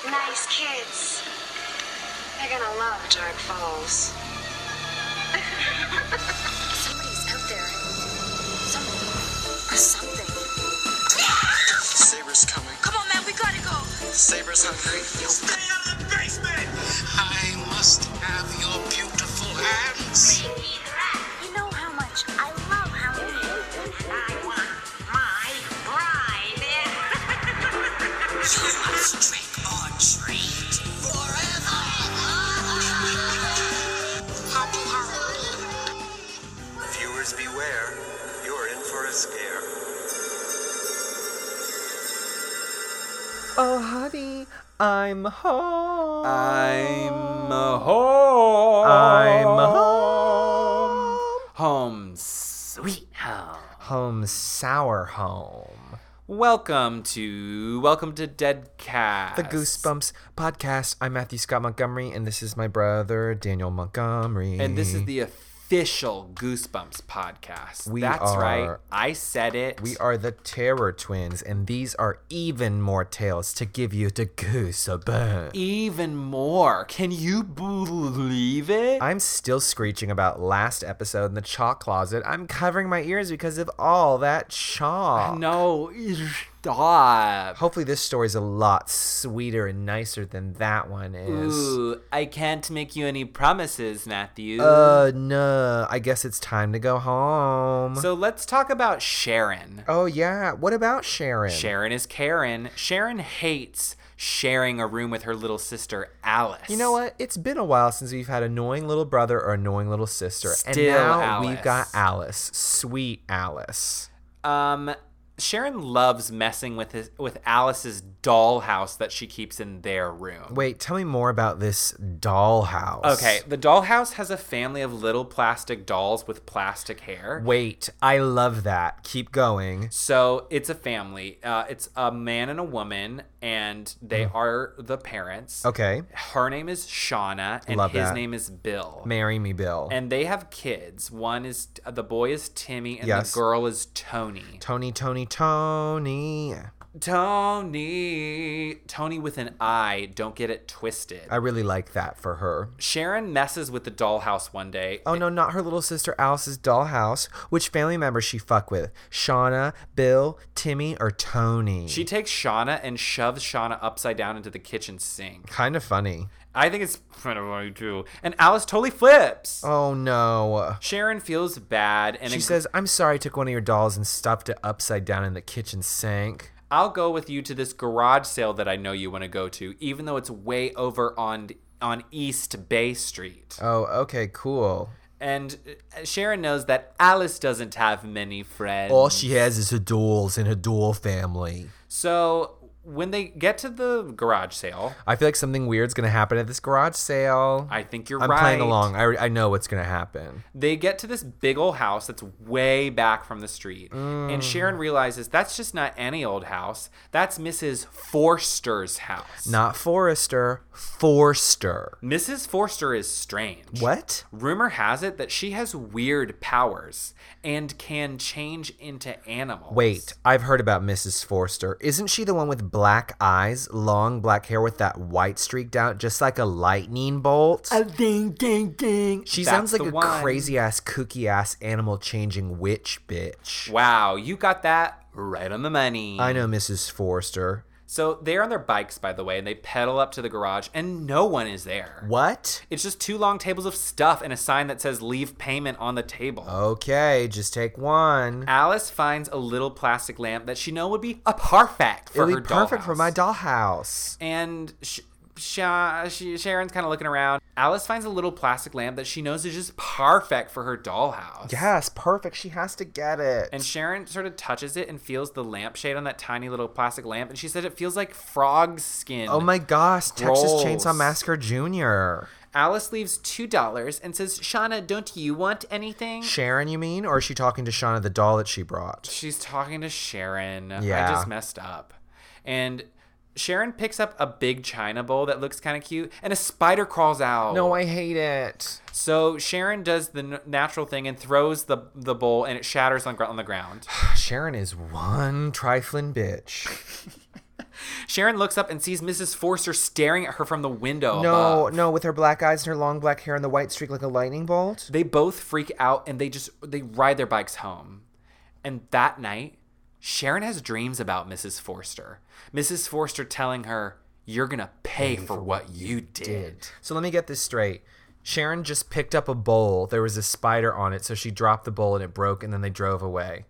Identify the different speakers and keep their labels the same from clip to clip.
Speaker 1: Those kids, they're gonna love Dark Falls. Somebody's out there. Somebody. Or something.
Speaker 2: Saber's coming.
Speaker 1: Come on, man, we gotta go.
Speaker 2: Saber's hungry.
Speaker 3: Stay out of the basement! I must have your beautiful hands.
Speaker 1: You know how much I love Halloween.
Speaker 4: I want my bride. you must trick or treat forever. Hobble, hobble.
Speaker 5: Viewers beware, you're in for a scare.
Speaker 6: Oh, honey, I'm home.
Speaker 7: I'm a home.
Speaker 6: I'm home.
Speaker 7: Home sweet home.
Speaker 6: Home sour home.
Speaker 7: Welcome to welcome to Dead Cat.
Speaker 6: The Goosebumps podcast. I'm Matthew Scott Montgomery, and this is my brother Daniel Montgomery.
Speaker 7: And this is the official Goosebumps podcast.
Speaker 6: We
Speaker 7: That's right.
Speaker 6: are-
Speaker 7: I said it.
Speaker 6: We are the Terror Twins, and these are even more tales to give you the goosebumps.
Speaker 7: even more. Can you believe it?
Speaker 6: I'm still screeching about last episode in the chalk closet. I'm covering my ears because of all that chalk.
Speaker 7: no, stop.
Speaker 6: Hopefully, this story's a lot sweeter and nicer than that one is.
Speaker 7: Ooh, I can't make you any promises, Matthew.
Speaker 6: Uh, no. I guess it's time to go home.
Speaker 7: so let's talk about Sharon.
Speaker 6: oh, yeah. What about Sharon?
Speaker 7: Sharon is Karen. Sharon hates sharing a room with her little sister Alice.
Speaker 6: You know what? It's been a while since we've had annoying little brother or annoying little sister. and
Speaker 7: Still
Speaker 6: now
Speaker 7: Alice.
Speaker 6: we've got Alice. Sweet Alice.
Speaker 7: Um, Sharon loves messing with his with Alice's dollhouse that she keeps in their room.
Speaker 6: Wait, tell me more about this dollhouse.
Speaker 7: Okay, the dollhouse has a family of little plastic dolls with plastic hair.
Speaker 6: Wait, I love that. Keep going.
Speaker 7: So it's a family. Uh, it's a man and a woman, and they are the parents.
Speaker 6: Mm. Okay.
Speaker 7: Her name is Shauna, and
Speaker 6: Love
Speaker 7: his
Speaker 6: that.
Speaker 7: name is Bill.
Speaker 6: Marry me, Bill.
Speaker 7: and they have kids. One is the boy is Timmy, and
Speaker 6: Yes.
Speaker 7: the girl is Tony.
Speaker 6: Tony, Tony, Tony.
Speaker 7: Tony, Tony with an I. Don't get it twisted.
Speaker 6: I really like that for her.
Speaker 7: Sharon messes with the dollhouse one day.
Speaker 6: Oh no, not her little sister Alice's dollhouse. Which family members she fuck with? Shauna, Bill, Timmy, or Tony?
Speaker 7: She takes Shauna and shoves Shauna upside down into the kitchen sink.
Speaker 6: kind of funny.
Speaker 7: I think it's kind of funny too. And Alice totally flips.
Speaker 6: Oh no.
Speaker 7: Sharon feels bad and
Speaker 6: She
Speaker 7: ag-
Speaker 6: says, "I'm sorry, I took one of your dolls and stuffed it upside down in the kitchen sink."
Speaker 7: I'll go with you to this garage sale that I know you want to go to, even though it's way over on on East Bay Street.
Speaker 6: Oh, okay, cool.
Speaker 7: And uh, Sharon knows that Alice doesn't have many friends.
Speaker 6: All she has is her dolls and her doll family.
Speaker 7: So when they get to the garage sale,
Speaker 6: I feel like something weird's gonna happen at this garage sale.
Speaker 7: I think you're
Speaker 6: I'm
Speaker 7: right.
Speaker 6: playing along. I, I know what's gonna happen.
Speaker 7: They get to this big old house that's way back from the street.
Speaker 6: Mm.
Speaker 7: And Sharon realizes that's just not any old house. That's Mrs. Forster's house.
Speaker 6: Not Forrester, Forster.
Speaker 7: Mrs. Forster is strange.
Speaker 6: What?
Speaker 7: Rumor has it that she has weird powers and can change into animals.
Speaker 6: Wait, I've heard about Mrs. Forster. Isn't she the one with black eyes, long black hair with that white streaked out, just like a lightning bolt?
Speaker 7: ding, ding, ding.
Speaker 6: she sounds like a crazy ass, kooky ass, animal changing witch bitch.
Speaker 7: Wow, you got that right on the money.
Speaker 6: I know Mrs. Forster.
Speaker 7: So they're on their bikes, by the way, and they pedal up to the garage, and no one is there.
Speaker 6: What?
Speaker 7: It's just two long tables of stuff and a sign that says leave payment on the table.
Speaker 6: Oh. Okay, just take one.
Speaker 7: Alice finds a little plastic lamp that she know would be a perfect for
Speaker 6: It'll be
Speaker 7: her
Speaker 6: perfect for
Speaker 7: dollhouse.
Speaker 6: my dollhouse.
Speaker 7: And sh- Sha- she- Sharon's kind of looking around. Alice finds a little plastic lamp that she knows is just perfect for her dollhouse.
Speaker 6: Yes, perfect. She has to get it.
Speaker 7: And Sharon sort of touches it and feels the lampshade on that tiny little plastic lamp, and she said it feels like frog skin.
Speaker 6: oh my gosh, Texas
Speaker 7: Gross.
Speaker 6: Chainsaw Massacre Jr.
Speaker 7: Alice leaves two dollars and says, "Shauna, don't you want anything?"
Speaker 6: Sharon, you mean? Or is she talking to Shauna the doll that she brought?
Speaker 7: She's talking to Sharon.
Speaker 6: Yeah.
Speaker 7: I just messed up. And Sharon picks up a big china bowl that looks kind of cute, and a spider crawls out.
Speaker 6: No, I hate it.
Speaker 7: So Sharon does the n- natural thing and throws the the bowl, and it shatters on, gr- on the ground.
Speaker 6: Sharon is one trifling bitch.
Speaker 7: Sharon looks up and sees Mrs. Forster staring at her from the window.
Speaker 6: No,
Speaker 7: above.
Speaker 6: no, with her black eyes and her long black hair and the white streak like a lightning bolt.
Speaker 7: They both freak out and they just they ride their bikes home. And that night, Sharon has dreams about Mrs. Forster. Mrs. Forster telling her, "You're going to pay for what you did."
Speaker 6: So let me get this straight. Sharon just picked up a bowl. There was a spider on it, so she dropped the bowl and it broke, and then they drove away.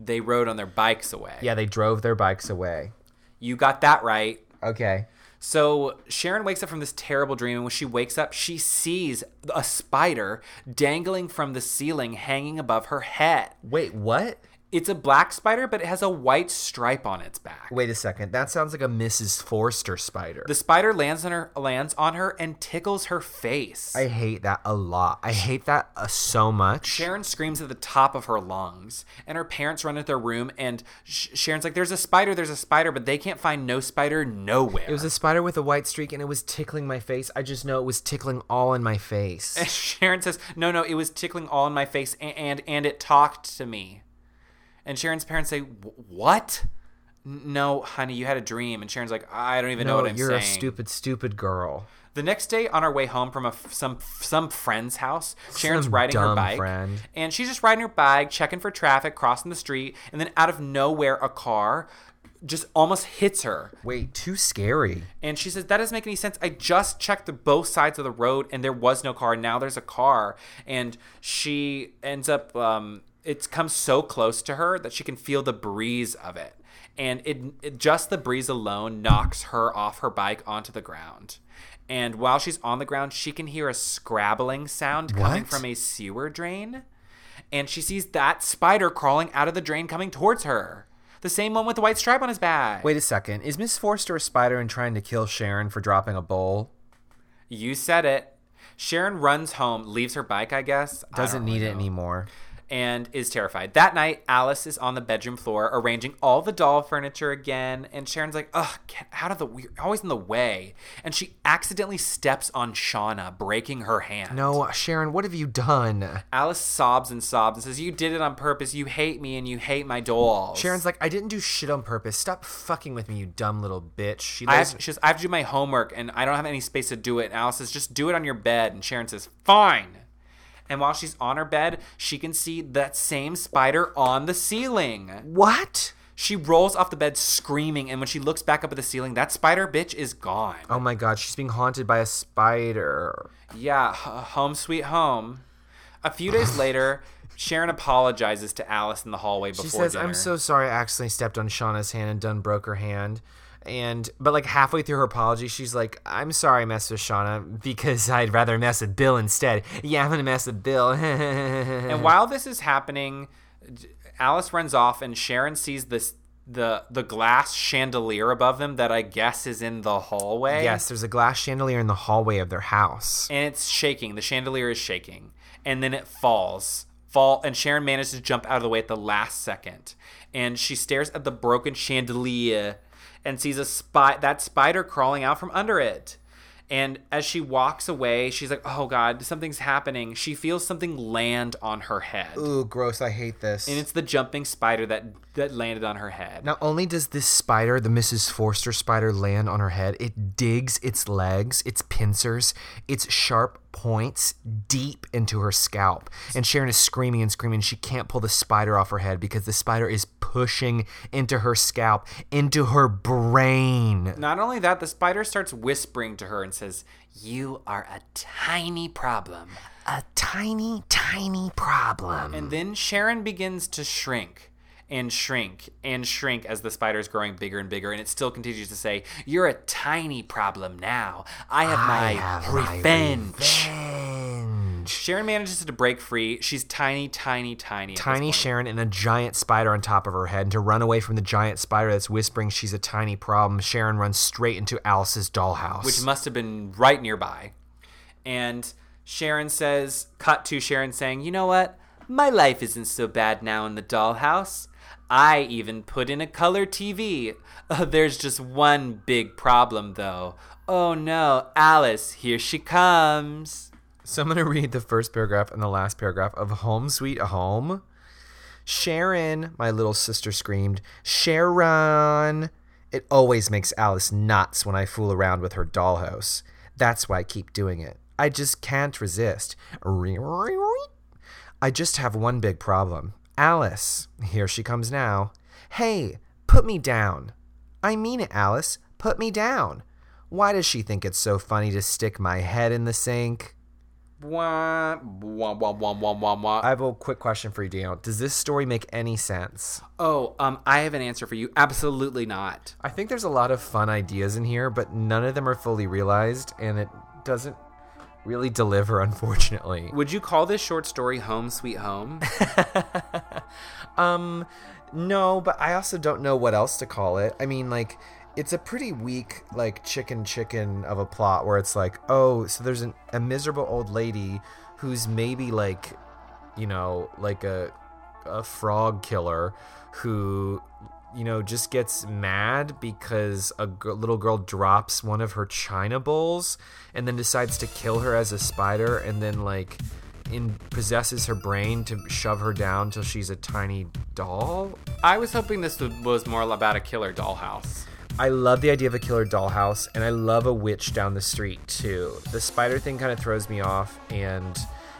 Speaker 7: They rode on their bikes away.
Speaker 6: Yeah, they drove their bikes away.
Speaker 7: You got that right.
Speaker 6: Okay.
Speaker 7: So Sharon wakes up from this terrible dream, and when she wakes up, she sees a spider dangling from the ceiling, hanging above her head.
Speaker 6: Wait, what?
Speaker 7: It's a black spider, but it has a white stripe on its back.
Speaker 6: Wait a second. That sounds like a Mrs. Forster spider.
Speaker 7: The spider lands on her lands on her and tickles her face.
Speaker 6: I hate that a lot. I hate that uh, so much.
Speaker 7: Sharon screams at the top of her lungs, and her parents run into their room. And Sh- Sharon's like, "There's a spider! There's a spider!" But they can't find no spider nowhere.
Speaker 6: It was a spider with a white streak, and it was tickling my face. I just know it was tickling all in my face.
Speaker 7: Sharon says, "No, no, it was tickling all in my face, and and, and it talked to me." And Sharon's parents say, "Wh- "What? N- No, honey, you had a dream." And Sharon's like, "I don't even know
Speaker 6: no,
Speaker 7: what I'm
Speaker 6: you're
Speaker 7: saying."
Speaker 6: a stupid, stupid girl.
Speaker 7: The next day, on our way home from a f- some some friend's house, Sharon's
Speaker 6: Some
Speaker 7: riding her
Speaker 6: dumb
Speaker 7: bike,
Speaker 6: friend.
Speaker 7: and she's just riding her bike, checking for traffic, crossing the street, and then out of nowhere, a car just almost hits her.
Speaker 6: Wait, too scary.
Speaker 7: And she says, That doesn't make any sense. I just checked the both sides of the road and there was no car. Now there's a car. And she ends up, um, it comes so close to her that she can feel the breeze of it. And it, it just the breeze alone knocks her off her bike onto the ground. And while she's on the ground, she can hear a scrabbling sound coming
Speaker 6: What?
Speaker 7: from a sewer drain. And she sees that spider crawling out of the drain coming towards her. The same one with the white stripe on his back.
Speaker 6: Wait a second. Is Miss Forster a spider and trying to kill Sharon for dropping a bowl?
Speaker 7: You said it. Sharon runs home, leaves her bike, I guess. I
Speaker 6: Doesn't
Speaker 7: don't
Speaker 6: need
Speaker 7: really
Speaker 6: it
Speaker 7: know,
Speaker 6: anymore.
Speaker 7: And is terrified. That night, Alice is on the bedroom floor arranging all the doll furniture again. And Sharon's like, ugh, get out of the way. You're always in the way. And she accidentally steps on Shauna, breaking her hand.
Speaker 6: No, Sharon, what have you done?
Speaker 7: Alice sobs and sobs and says, You did it on purpose. You hate me and you hate my dolls.
Speaker 6: Sharon's like, I didn't do shit on purpose. Stop fucking with me, you dumb little bitch. She
Speaker 7: I
Speaker 6: lays,
Speaker 7: have, she says, I have to do my homework and I don't have any space to do it. And Alice says, just do it on your bed. And Sharon says, fine. And while she's on her bed, she can see that same spider on the ceiling.
Speaker 6: what?
Speaker 7: She rolls off the bed screaming. And when she looks back up at the ceiling, that spider bitch is gone.
Speaker 6: Oh my god, she's being haunted by a spider.
Speaker 7: Yeah, h- home sweet home. A few days later, Sharon apologizes to Alice in the hallway before
Speaker 6: She says,
Speaker 7: dinner.
Speaker 6: "I'm so sorry. I accidentally stepped on Shauna's hand and done broke her hand." And but like halfway through her apology, she's like, "I'm sorry, I messed with Shauna because I'd rather mess with Bill instead." Yeah, I'm gonna mess with Bill. Mm-hmm.
Speaker 7: And while this is happening, J- Alice runs off, and Sharon sees this the the glass chandelier above them that I guess is in the hallway.
Speaker 6: yes, there's a glass chandelier in the hallway of their house.
Speaker 7: and it's shaking. The chandelier is shaking, and then it falls. Fall, and Sharon manages to jump out of the way at the last second, and she stares at the broken chandelier, and sees a spy that spider crawling out from under it. And as she walks away, she's like, "Oh God, something's happening." She feels something land on her head.
Speaker 6: Ooh, gross! I hate this.
Speaker 7: and it's the jumping spider that that landed on her head.
Speaker 6: Not only does this spider, the Mrs. Forster spider, land on her head, it digs its legs, its pincers, its sharp points deep into her scalp. And Sharon is screaming and screaming. She can't pull the spider off her head because the spider is pushing into her scalp, into her brain.
Speaker 7: Not only that, the spider starts whispering to her and says, "You are a tiny problem."
Speaker 6: A tiny, tiny problem.
Speaker 7: And then Sharon begins to shrink and shrink and shrink as the spider is growing bigger and bigger, and it still continues to say, "You're a tiny problem now. I have my revenge."
Speaker 6: revenge.
Speaker 7: Sharon manages to break free. She's tiny, tiny, tiny. at this
Speaker 6: Tiny
Speaker 7: point.
Speaker 6: Sharon and a giant spider on top of her head, and to run away from the giant spider that's whispering she's a tiny problem, Sharon runs straight into Alice's dollhouse.
Speaker 7: which must have been right nearby. And Sharon says, cut to Sharon saying, You know what? My life isn't so bad now in the dollhouse. I even put in a color TV. Uh, there's just one big problem, though. Oh no, Alice, here she comes.
Speaker 6: So I'm going to read the first paragraph and the last paragraph of Home Sweet Home. Sharon, my little sister screamed, Sharon. It always makes Alice nuts when I fool around with her dollhouse. That's why I keep doing it. I just can't resist. I just have one big problem. Alice, here she comes now. Hey, put me down. I mean it, Alice. Put me down. Why does she think it's so funny to stick my head in the sink?
Speaker 7: Wah, wah, wah, wah, wah, wah, wah.
Speaker 6: I have a quick question for you, Daniel. Does this story make any sense?
Speaker 7: oh, um, I have an answer for you. Absolutely not.
Speaker 6: I think there's a lot of fun ideas in here, but none of them are fully realized, and it doesn't really deliver, unfortunately.
Speaker 7: Would you call this short story Home Sweet Home?
Speaker 6: um, no, but I also don't know what else to call it. I mean, like, it's a pretty weak, like, chicken chicken of a plot where it's like, oh, so there's an, a miserable old lady who's maybe like, you know, like a a frog killer who you know just gets mad because a g- little girl drops one of her china bowls and then decides to kill her as a spider and then like in possesses her brain to shove her down till she's a tiny doll
Speaker 7: I was hoping this w- was more about a killer dollhouse.
Speaker 6: I love the idea of a killer dollhouse, and I love a witch down the street too. The spider thing kind of throws me off, and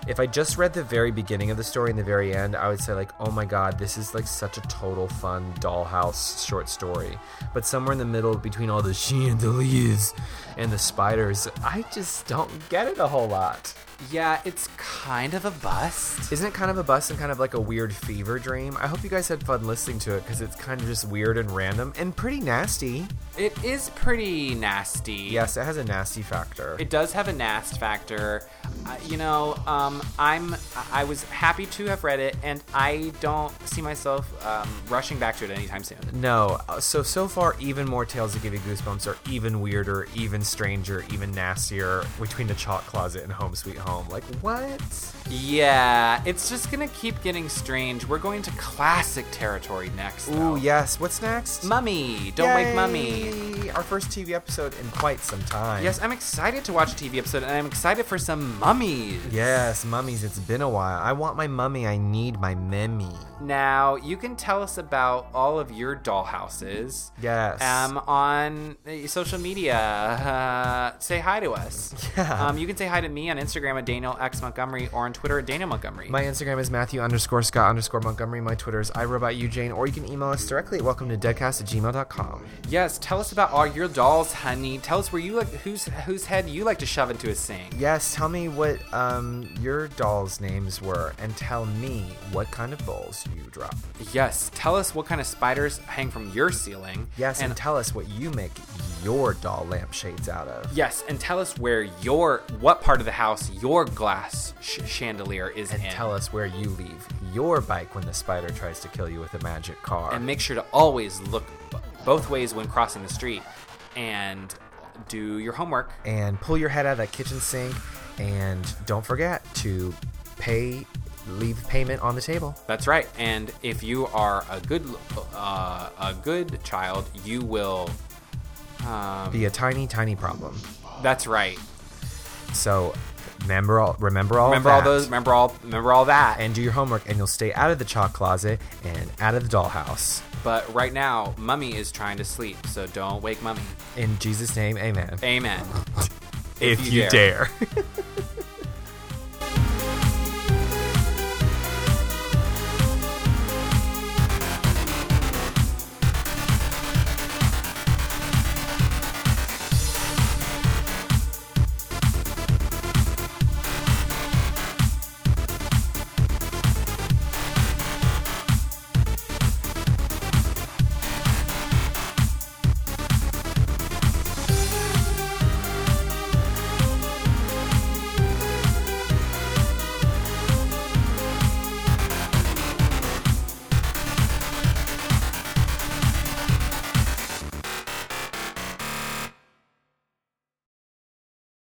Speaker 6: if I just read the very beginning of the story and the very end, I would say like, oh my god, this is like such a total fun dollhouse short story. But somewhere in the middle between all the chandeliers and the spiders, I just don't get it a whole lot.
Speaker 7: Yeah, it's kind of a bust.
Speaker 6: Isn't it kind of a bust and kind of like a weird fever dream? I hope you guys had fun listening to it because it's kind of just weird and random and pretty nasty.
Speaker 7: It is pretty nasty.
Speaker 6: Yes, it has a nasty factor.
Speaker 7: It does have a nast factor. Uh, you know, um, I'm I was happy to have read it, and I don't see myself um, rushing back to it anytime soon.
Speaker 6: no, uh, so so far, even more tales that give you goosebumps are even weirder, even stranger, even nastier between the chalk closet and Home Sweet Home. Like what?
Speaker 7: Yeah, it's just gonna keep getting strange. We're going to classic territory next.
Speaker 6: Ooh,
Speaker 7: Though.
Speaker 6: yes. What's next?
Speaker 7: Mummy, don't wake
Speaker 6: Yay!
Speaker 7: mummy.
Speaker 6: Our first TV episode in quite some time.
Speaker 7: Yes, I'm excited to watch a TV episode, and I'm excited for some mummies.
Speaker 6: Yes, mummies. It's been a while. I want my mummy. I need my mummy.
Speaker 7: Now you can tell us about all of your dollhouses.
Speaker 6: Yes.
Speaker 7: Um, on uh, social media, uh, say hi to us.
Speaker 6: Yeah.
Speaker 7: Um, you can say hi to me on Instagram at Daniel X Montgomery or on Twitter at Daniel Montgomery.
Speaker 6: My Instagram is Matthew underscore Scott underscore Montgomery. My Twitter is iRobotUjane, or you can email us directly at welcome to deadcast at gmail.com.
Speaker 7: yes, tell us about all your dolls, honey. Tell us where you like whose whose head you like to shove into a sink.
Speaker 6: Yes, tell me what um, your dolls' names were, and tell me what kind of bowls you drop.
Speaker 7: Yes, tell us what kind of spiders hang from your ceiling.
Speaker 6: Yes, and,
Speaker 7: and
Speaker 6: tell us what you make your doll lampshades out of.
Speaker 7: yes, and tell us where your what part of the house your glass sh- chandelier is
Speaker 6: And
Speaker 7: in.
Speaker 6: tell us where you leave your bike when the spider tries to kill you with a magic car.
Speaker 7: and make sure to always look b- both ways when crossing the street and do your homework
Speaker 6: and pull your head out of that kitchen sink. And don't forget to pay, leave payment on the table.
Speaker 7: that's right and if you are a good uh, a good child you will Um,
Speaker 6: Be a tiny, tiny problem.
Speaker 7: that's right
Speaker 6: So remember all, remember all, of
Speaker 7: remember all
Speaker 6: that.
Speaker 7: those remember all remember all that
Speaker 6: and do your homework, and you'll stay out of the chalk closet and out of the dollhouse.
Speaker 7: but right now mummy is trying to sleep so don't wake mummy
Speaker 6: In Jesus' name, Amen.
Speaker 7: amen
Speaker 6: If,
Speaker 7: you
Speaker 6: you dare.